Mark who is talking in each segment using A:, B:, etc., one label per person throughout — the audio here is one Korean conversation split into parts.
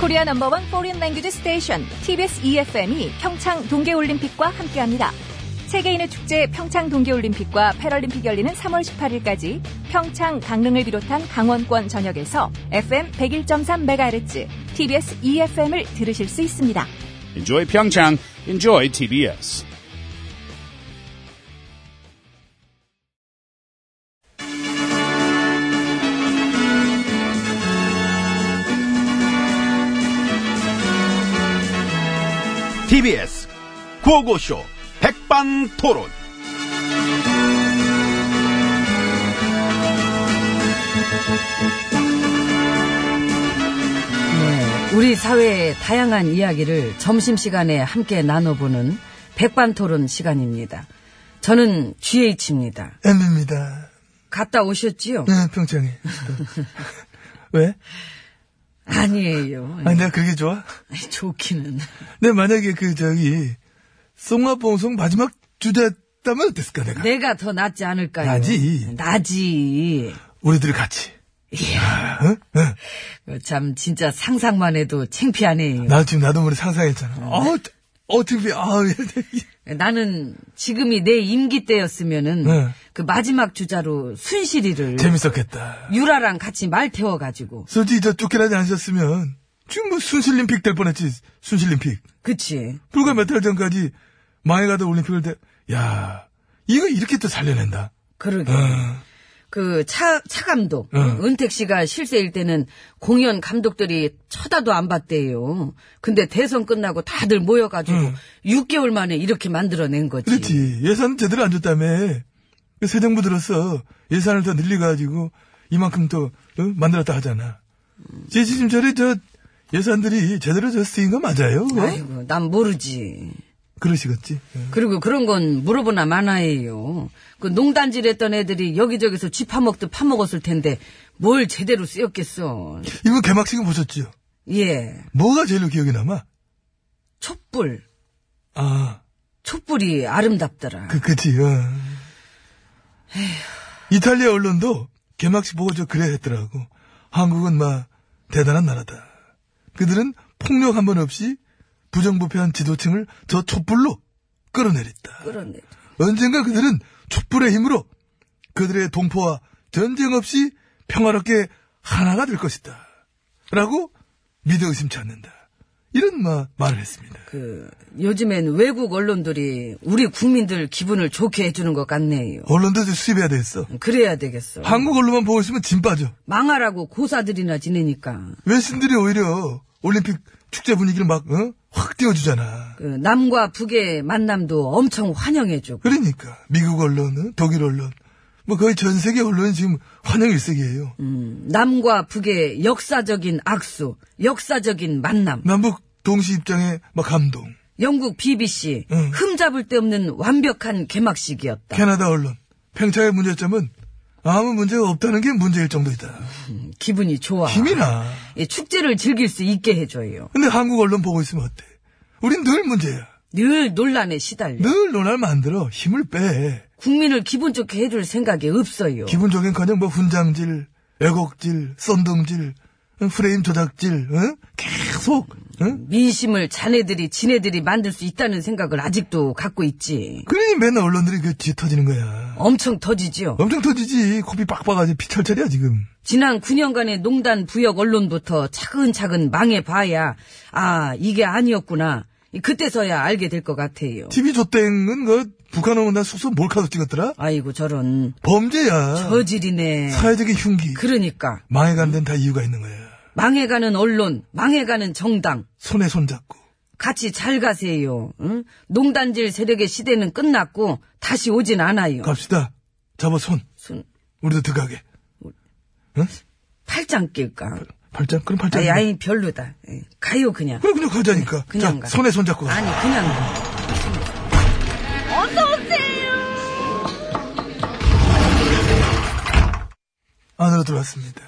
A: 코리아 넘버원 포린 랭귀지 스테이션 TBS EFM이 평창 동계올림픽과 함께합니다. 세계인의 축제 평창 동계올림픽과 패럴림픽 열리는 3월 18일까지 평창, 강릉을 비롯한 강원권 전역에서 FM 101.3MHz, TBS EFM을 들으실 수 있습니다.
B: Enjoy Pyeongchang. Enjoy TBS.
C: TBS 구호고쇼 백반토론.
D: 네, 우리 사회의 다양한 이야기를 점심시간에 함께 나눠보는 백반토론 시간입니다. 저는 GH입니다.
E: M입니다.
D: 갔다 오셨지요?
E: 네, 평창에. 왜?
D: 아니에요.
E: 아니, 내가 그게 좋아?
D: 아니, 좋기는.
E: 내 만약에 그, 저기, 송화봉송 마지막 주제였다면 어땠을까, 내가?
D: 내가 더 낫지 않을까요?
E: 나지.
D: 나지.
E: 우리들이 같이.
D: 그거 참 진짜 상상만 해도 창피하네요.
E: 나 지금 나도 모르게 상상했잖아. 어, 어떻게, 아, 예.
D: 나는 지금이 내 임기 때였으면은
E: 네.
D: 그 마지막 주자로 순실이를
E: 재밌었겠다.
D: 유라랑 같이 말 태워가지고
E: 솔직히 저 쫓겨나지 않으셨으면, 지금 뭐 순실림픽 될 뻔했지, 순실림픽.
D: 그치
E: 불과 몇 달 전까지 망해가던 올림픽을 때, 야 이거 이렇게 또 살려낸다. 어.
D: 그러게
E: 네.
D: 그 차 차감독 은택 씨가 실세일 때는 공연 감독들이 쳐다도 안 봤대요. 근데 대선 끝나고 다들 모여가지고 6개월 만에 이렇게 만들어낸 거지.
E: 그렇지. 예산 제대로 안 줬다며. 그새 정부 들어서 예산을 더 늘려가지고 이만큼 또 어? 만들었다 하잖아. 제 지침절에 저 예산들이 제대로 저 쓰인 거 맞아요? 그거?
D: 아이고 난 모르지.
E: 그러시겠지. 예.
D: 그리고 그런 건 물어보나 마나예요. 그 농단질 했던 애들이 여기저기서 쥐 파먹듯 파먹었을 텐데 뭘 제대로 쓰였겠어.
E: 이번 개막식은 보셨지요?
D: 예.
E: 뭐가 제일로 기억에 남아?
D: 촛불.
E: 아,
D: 촛불이 아름답더라.
E: 그, 그치, 어. 이탈리아 언론도 개막식 보고 저 그래 했더라고. 한국은 막 대단한 나라다. 그들은 폭력 한 번 없이 부정부패한 지도층을 저 촛불로 끌어내렸다.
D: 그러네.
E: 언젠가 그들은 촛불의 힘으로 그들의 동포와 전쟁 없이 평화롭게 하나가 될 것이다. 라고 믿어 의심치 않는다. 이런 마, 말을 했습니다.
D: 그 요즘엔 외국 언론들이 우리 국민들 기분을 좋게 해주는 것 같네요.
E: 언론도 이제 수입해야 되겠어.
D: 그래야 되겠어.
E: 한국 언론만 보고 있으면 진 빠져.
D: 망하라고 고사들이나 지내니까
E: 외신들이 오히려 올림픽 축제 분위기를 막, 어? 확 띄워주잖아.
D: 그 남과 북의 만남도 엄청 환영해주고
E: 그러니까. 미국 언론, 어? 독일 언론. 뭐 거의 전 세계 언론이 지금 환영 일색이에요.
D: 음, 남과 북의 역사적인 악수, 역사적인 만남.
E: 남북 동시 입장에 막 감동.
D: 영국 BBC
E: 응.
D: 흠잡을 데 없는 완벽한 개막식이었다.
E: 캐나다 언론 팽창의 문제점은 아무 문제가 없다는 게 문제일 정도이다.
D: 음, 기분이 좋아.
E: 힘이 나.
D: 이 축제를 즐길 수 있게 해줘요.
E: 근데 한국 언론 보고 있으면 어때? 우린 늘 문제야.
D: 늘 논란에 시달려.
E: 늘 논할 만들어 힘을 빼.
D: 국민을 기분 좋게 해줄 생각이 없어요.
E: 기본적인커녕 뭐 훈장질, 애곡질, 썬둥질, 프레임 조작질, 응? 계속. 응?
D: 민심을 자네들이 지네들이 만들 수 있다는 생각을 아직도 갖고 있지.
E: 그러니 맨날 언론들이 그 뒤터지는 거야.
D: 엄청 터지지요.
E: 엄청 터지지. 코피 빡빡하지 피철철이야 지금.
D: 지난 9년간의 농단 부역 언론부터 차근차근 망해봐야 아 이게 아니었구나. 그때서야 알게 될 것 같아요.
E: TV 조땡은 그 북한 오면 나 숙소 몰카도 찍었더라.
D: 아이고 저런
E: 범죄야.
D: 저질이네.
E: 사회적인 흉기.
D: 그러니까
E: 망해간 데는 다 이유가 있는 거야.
D: 망해가는 언론, 망해가는 정당
E: 손에 손잡고.
D: 같이 잘 가세요. 응? 농단질 세력의 시대는 끝났고 다시 오진 않아요.
E: 갑시다. 잡아 손.
D: 손
E: 우리도 들어가게. 응?
D: 팔짱 낄까?
E: 팔짱? 그럼 팔짱.
D: 아이 아이 별로다. 예, 가요 그냥.
E: 그래, 그냥 가자니까.
D: 그냥
E: 자,
D: 가.
E: 손에 손잡고 가.
D: 아니 그냥. 가.
E: 안으로 들어왔습니다.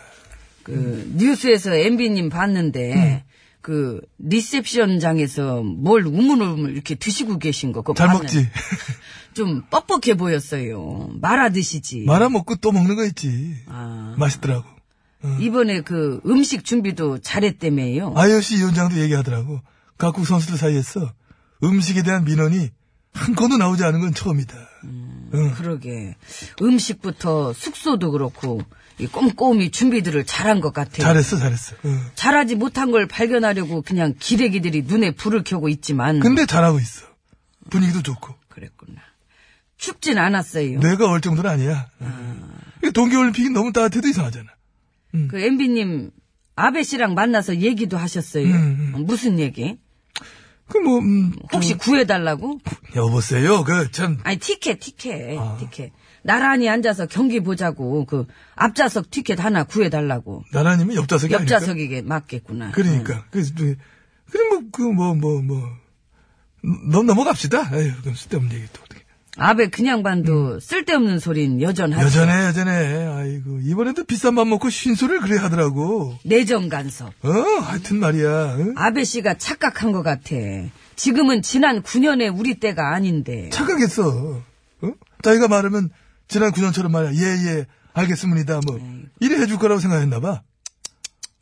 D: 그 뉴스에서 MB님
E: 음.
D: 봤는데 그 리셉션장에서 뭘 우물우물 이렇게 드시고 계신 거. 그거
E: 잘
D: 봤는데
E: 먹지?
D: 좀 뻑뻑해 보였어요. 말아 드시지.
E: 예. 말아먹고 또 먹는 거 있지.
D: 아.
E: 맛있더라고.
D: 이번에 그 음식 준비도 잘했다며요.
E: IOC 위원장도 얘기하더라고. 각국 선수들 사이에서 음식에 대한 민원이 한 건도 나오지 않은 건 처음이다. 응.
D: 그러게 음식부터 숙소도 그렇고 이 꼼꼼히 준비들을 잘한 것 같아요.
E: 잘했어, 잘했어. 응.
D: 잘하지 못한 걸 발견하려고 그냥 기레기들이 눈에 불을 켜고 있지만
E: 근데 잘하고 있어. 분위기도 좋고.
D: 그랬구나. 춥진 않았어요.
E: 내가 얼 정도는 음. 아니야. 이게 동계올림픽이 너무 따뜻해도 이상하잖아.
D: 그 MB님 아베 씨랑 만나서 얘기도 하셨어요.
E: 음,
D: 어, 무슨 얘기?
E: 그 뭐, 음,
D: 혹시 구해달라고?
E: 여보세요. 그 참,
D: 아니 티켓 티켓
E: 아.
D: 티켓. 나란히 앉아서 경기 보자고 그 앞좌석 티켓 하나 구해달라고.
E: 나라님이 옆좌석이 아닐까?
D: 옆좌석이게 맞겠구나. 음.
E: 그러니까. 그, 그, 그, 뭐, 그, 뭐, 뭐, 뭐. 넘, 넘어갑시다. 에휴, 그럼 쓸데없는 얘기 또 어떻게.
D: 아베 그냥 반도 쓸데없는 소린 여전하죠.
E: 음. 여전해, 여전해. 아이고, 이번에도 비싼 밥 먹고 쉰소리를 그래 하더라고.
D: 내정 간섭.
E: 어, 하여튼 말이야. 응?
D: 아베 씨가 착각한 것 같아. 지금은 지난 9년의 우리 때가 아닌데.
E: 착각했어. 어? 자기가 말하면 지난 9년처럼 말이야. 예, 예, 알겠습니다. 뭐,
D: 네.
E: 이래 해줄 거라고 생각했나봐.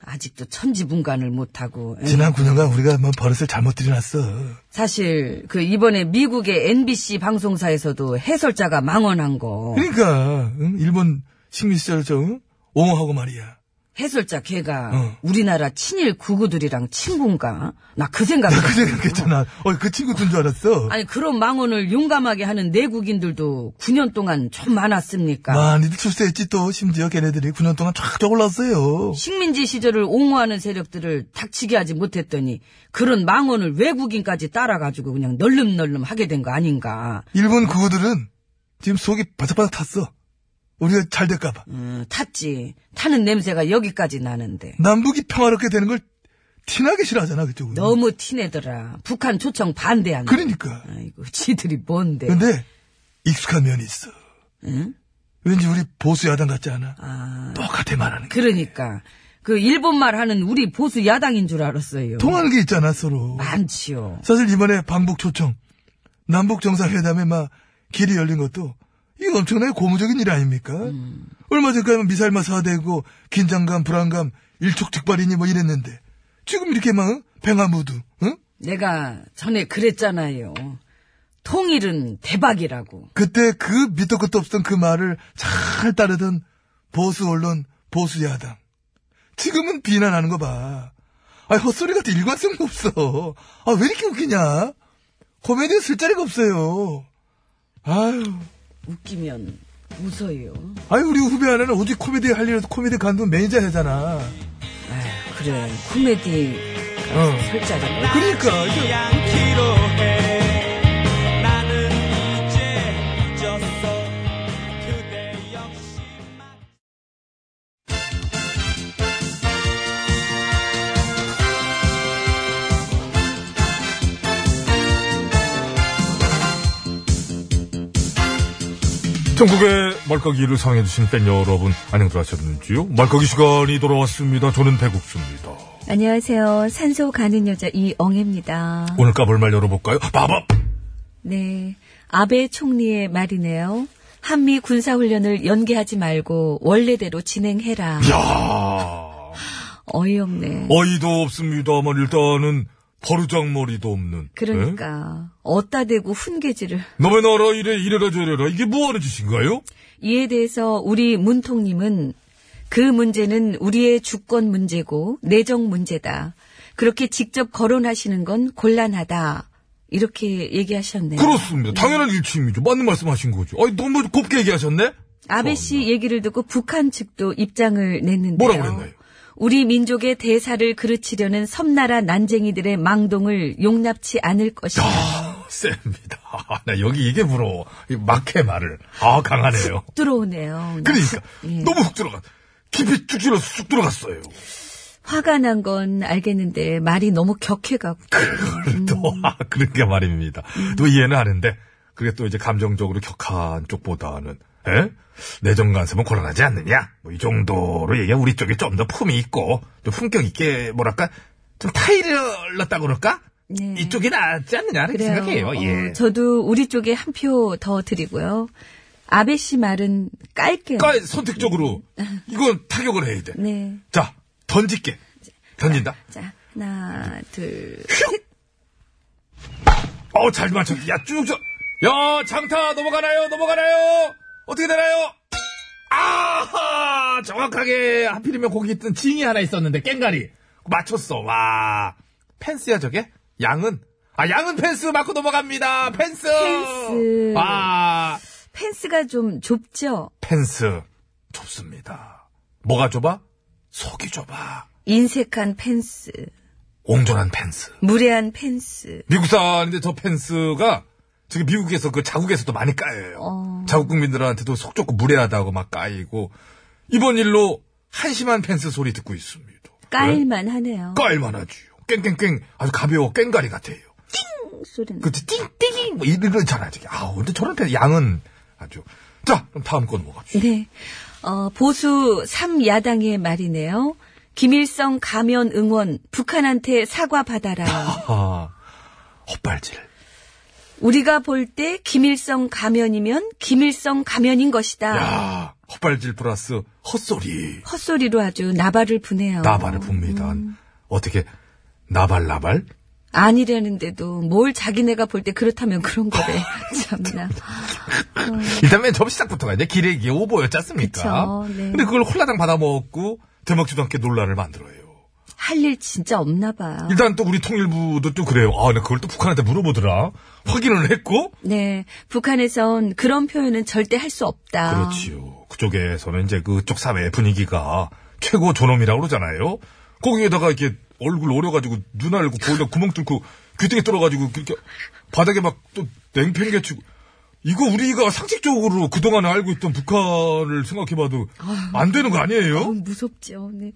D: 아직도 천지분간을 못하고. 예. 에.
E: 지난 9년간 우리가 뭐 버릇을 잘못 들여놨어.
D: 사실 그 이번에 미국의 NBC 방송사에서도 해설자가 망언한 거.
E: 그러니까, 응? 일본 식민 시절 좀 옹호하고 말이야.
D: 해설자 걔가
E: 어.
D: 우리나라 친일 구구들이랑 친군가? 나 그 생각.
E: 나 그 생각했잖아. 어, 그 친구 둔줄 알았어.
D: 아니 그런 망언을 용감하게 하는 내국인들도 9년 동안 좀 많았습니까?
E: 많이들 출세했지 또 심지어 걔네들이 9년 동안 쫙쫙 올랐어요.
D: 식민지 시절을 옹호하는 세력들을 닥치게 하지 못했더니 그런 망언을 외국인까지 따라가지고 그냥 널름널름 하게 된 거 아닌가.
E: 일본 구구들은 지금 속이 바삭바삭 탔어. 우리가 잘 될까봐.
D: 음, 탔지. 타는 냄새가 여기까지 나는데.
E: 남북이 평화롭게 되는 걸 티나게 싫어하잖아, 그쪽은.
D: 너무 티내더라. 북한 초청 반대한다.
E: 그러니까.
D: 아이고, 지들이 뭔데.
E: 근데 익숙한 면이 있어.
D: 응?
E: 왠지 우리 보수 야당 같지 않아?
D: 아,
E: 똑같아 말하는 게.
D: 그러니까. 그 일본말 하는 우리 보수 야당인 줄 알았어요.
E: 통하는 게 있잖아, 서로.
D: 많지요.
E: 사실 이번에 방북 초청, 남북 정상회담에 막 길이 열린 것도 이거 엄청나게 고무적인 일 아닙니까? 얼마 전까지는 미사일만 사대고 긴장감, 불안감, 일촉즉발이니 뭐 이랬는데 지금 이렇게 막 팽화무두, 응?
D: 내가 전에 그랬잖아요. 통일은 대박이라고.
E: 그때 그 밑도 끝도 없었던 그 말을 잘 따르던 보수 언론, 보수 야당. 지금은 비난하는 거 봐. 아, 헛소리 같은 일관성도 없어. 아, 왜 이렇게 웃기냐? 코미디에 쓸 자리가 없어요. 아유,
D: 웃기면 웃어요.
E: 아유, 우리 후배 하나는 오직 코미디 할 일에서 코미디 간도 매니저 하잖아.
D: 아휴, 그래. 코미디
E: 어.
D: 설자가 뭐
E: 그러니까. 이게
F: 전국의 말까기를 사랑해주신 팬 여러분, 안녕들 하셨는지요? 말까기 시간이 돌아왔습니다. 저는 배국수입니다.
G: 안녕하세요. 산소 가는 여자 이엉입니다.
F: 오늘 까볼 말 열어볼까요? 빠밤!
G: 네. 아베 총리의 말이네요. 한미 군사훈련을 연기하지 말고 원래대로 진행해라.
F: 야
G: 어이없네.
F: 어이도 없습니다만, 일단은, 버르장머리도 없는. 예?
G: 그러니까 어따 대고 훈계질을
F: 남의 나라 이래, 이래라 저래라. 이게 뭐 하는 짓인가요?
G: 이에 대해서 우리 문통님은 그 문제는 우리의 주권 문제고 내정 문제다. 그렇게 직접 거론하시는 건 곤란하다. 이렇게 얘기하셨네요.
F: 그렇습니다. 당연한 일침이죠. 맞는 말씀 하신 거죠. 아이, 너무 곱게 얘기하셨네?
G: 아베 씨 얘기를 듣고 북한 측도 입장을 냈는데요.
F: 뭐라고 그랬나요?
G: 우리 민족의 대사를 그르치려는 섬나라 난쟁이들의 망동을 용납치 않을 것이다.
F: 아, 셉니다. 아, 나 여기 이게 부러워. 이 막해 말을. 아, 강하네요.
G: 들어오네요.
F: 그러니까
G: 예.
F: 너무 훅 들어가 깊이 쭉질러 쑥 들어갔어요.
G: 화가 난 건 알겠는데 말이 너무 격해가고
F: 그걸 또 아, 그러니까 말입니다.
G: 음.
F: 또 이해는 하는데 그게 또 이제 감정적으로 격한 쪽보다는 에? 내정 간섭은 곤란하지 않느냐? 뭐 이 정도로 얘기하면 우리 쪽이 좀 더 품이 있고 좀 품격 있게 뭐랄까 좀 타이를렀다 그럴까?
G: 네.
F: 이쪽이 낫지 않느냐 이렇게
D: 어,
F: 예.
G: 그래요.
E: 예.
F: 생각해요.
G: 어,
F: 예.
G: 저도 우리 쪽에 한 표 더 드리고요.
D: 아베 씨 말은 깔게요.
E: 깔
F: 그러니까
E: 선택적으로
G: 네.
E: 이건 타격을 해야 돼.
D: 네.
E: 자 던질게. 던진다.
D: 자, 하나, 둘,
E: 어 잘 맞췄다. 야 쭉쭉. 야 장타 넘어가나요? 넘어가나요? 어떻게 되나요? 아 정확하게 하필이면 거기 있던 징이 하나 있었는데 깽가리 맞췄어. 와 펜스야 저게? 양은? 아 양은 펜스 맞고 넘어갑니다. 펜스.
D: 펜스.
E: 와
D: 펜스가 좀 좁죠?
E: 펜스 좁습니다. 뭐가 좁아? 속이 좁아.
D: 인색한 펜스,
E: 옹졸한 펜스.
D: 무례한 펜스.
E: 미국산인데 저 펜스가 지금 미국에서 그 자국에서도 많이 까여요. 자국 국민들한테도 속 좁고 무례하다고 막 까이고 이번 일로 한심한 펜스 소리 듣고 있습니다.
D: 깔만 하네요.
E: 까일만하지요. 깽깽깽 아주 가벼워 깽가리 같아요.
D: 소리는.
E: 그 띵띵 뭐 이런 거 있잖아 저게. 아 근데 저런 펜스 양은 아주 자 그럼 다음 거 넘어갑시다.
D: 네. 어, 보수 3야당의 말이네요. 김일성 가면 응원, 북한한테 사과 받아라.
E: 아 헛발질.
D: 우리가 볼 때 김일성 가면이면 김일성 가면인 것이다.
E: 야 헛발질 플러스 헛소리.
D: 헛소리로 아주 나발을 부네요.
E: 나발을 봅니다. 어떻게 나발 나발?
D: 아니라는데도 뭘 자기네가 볼 때 그렇다면 그런 거래. 참나.
E: 일단 맨 처음 시작부터가 이제 기레기 오보였지 않습니까?
D: 그쵸, 네.
E: 근데 그걸 홀라당 받아먹고 대먹지도 않게 논란을 만들어요.
D: 할 일 진짜 없나 봐요.
E: 일단 또 우리 통일부도 또 그래요. 아, 근데 그걸 또 북한한테 물어보더라. 확인을 했고.
D: 네. 북한에선 그런 표현은 절대 할 수 없다.
E: 그렇지요. 그쪽에서는 이제 그쪽 사회 분위기가 최고 존엄이라고 그러잖아요. 거기에다가 이렇게 얼굴 오려가지고 눈 알고 보려 구멍 뚫고 귀등에 뚫어가지고 그렇게 바닥에 막 또 냉팽개치고 이거 우리가 상식적으로 그동안 알고 있던 북한을 생각해봐도
D: 아.
E: 안 되는 거
D: 어,
E: 아니에요?
D: 무섭죠. 네.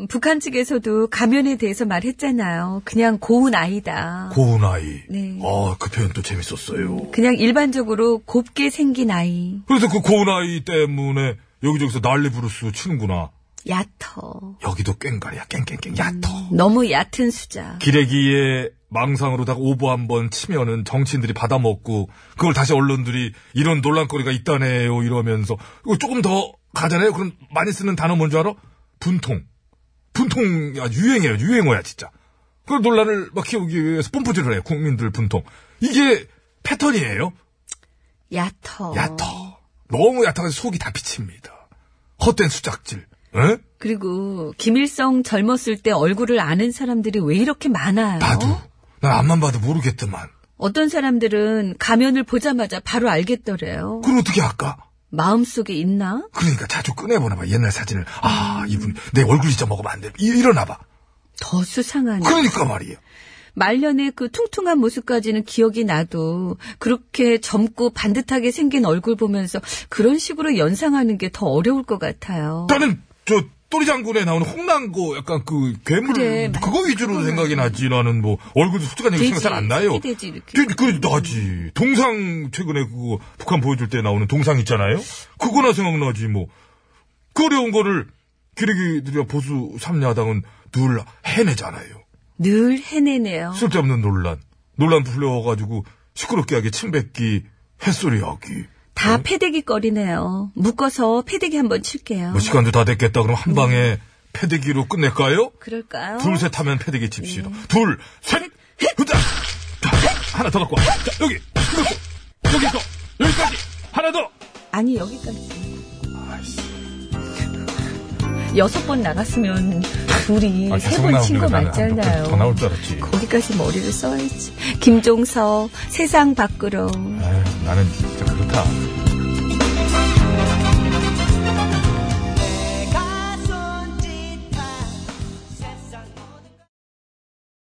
D: 음, 북한 측에서도 가면에 대해서 말했잖아요. 그냥 고운 아이다.
E: 고운 아이.
D: 네.
E: 아, 그 표현 또 재밌었어요.
D: 그냥 일반적으로 곱게 생긴 아이.
E: 그래서 그 고운 아이 때문에 여기저기서 난리 부르스 치는구나.
D: 얕어.
E: 여기도 꽹가리야, 깽깽깽, 얕어.
D: 너무 얕은 수작.
E: 기레기에 망상으로다가 오보 한 번 치면은 정치인들이 받아먹고 그걸 다시 언론들이 이런 논란거리가 있다네요 이러면서 이거 조금 더 가잖아요 그럼 많이 쓰는 단어 뭔지 알아? 분통 분통 아주 유행이에요 유행어야 진짜 그 논란을 막 키우기 위해서 뽐뿌질을 해요 국민들 분통 이게 패턴이에요
D: 얕어.
E: 얕어 너무 얕아가지고 속이 다 비칩니다 헛된 수작질 에?
D: 그리고 김일성 젊었을 때 얼굴을 아는 사람들이 왜 이렇게 많아요?
E: 나도 난 앞만 봐도 모르겠더만
D: 어떤 사람들은 가면을 보자마자 바로 알겠더래요.
E: 그걸 어떻게 할까?
D: 마음속에 있나?
E: 그러니까 자주 꺼내보나봐 옛날 사진을 아 이분 내 얼굴 잊어먹으면 안돼 이러나봐
D: 더 수상하네.
E: 그러니까 말이에요
D: 말년에 그 퉁퉁한 모습까지는 기억이 나도 그렇게 젊고 반듯하게 생긴 얼굴 보면서 그런 식으로 연상하는 게 더 어려울 것 같아요.
E: 나는 저 또리장군에 나오는 홍랑고 약간 그 괴물
D: 그래,
E: 그거 위주로 생각이 나지 나는 뭐 얼굴도 솔직한 얘기 생각 잘 안 나요
D: 새끼 돼지 이렇게.
E: 그, 그, 나지. 동상, 최근에 그거, 북한 보여줄 때 나오는 동상 있잖아요? 그거나 생각나지, 뭐. 그 어려운 거를, 기레기들이야 보수 삼야당은늘 해내잖아요.
D: 늘 해내네요.
E: 쓸데없는 논란. 논란 불려가지고 시끄럽게 하기, 침뱉기, 햇소리 하기. 네.
D: 다 패대기 거리네요. 묶어서 패대기 한번 칠게요.
E: 뭐 시간도 다 됐겠다. 그럼 한 방에 패대기로 끝낼까요?
D: 그럴까요?
E: 둘, 셋 하면 패대기 칩시다.
D: 네.
E: 둘, 셋! 후다! 하나 더 갖고 와. 자, 여기! 이거 있고, 여기 있어! 여기까지! 하나 더!
D: 아니 여기까지. 여섯 번 나갔으면
E: 아,
D: 둘이 세 번 친 거 맞잖아요.
E: 더 나올 줄 알았지.
D: 거기까지 머리를 써야지. 김종서, 세상 밖으로.
E: 나는 진짜 그렇다.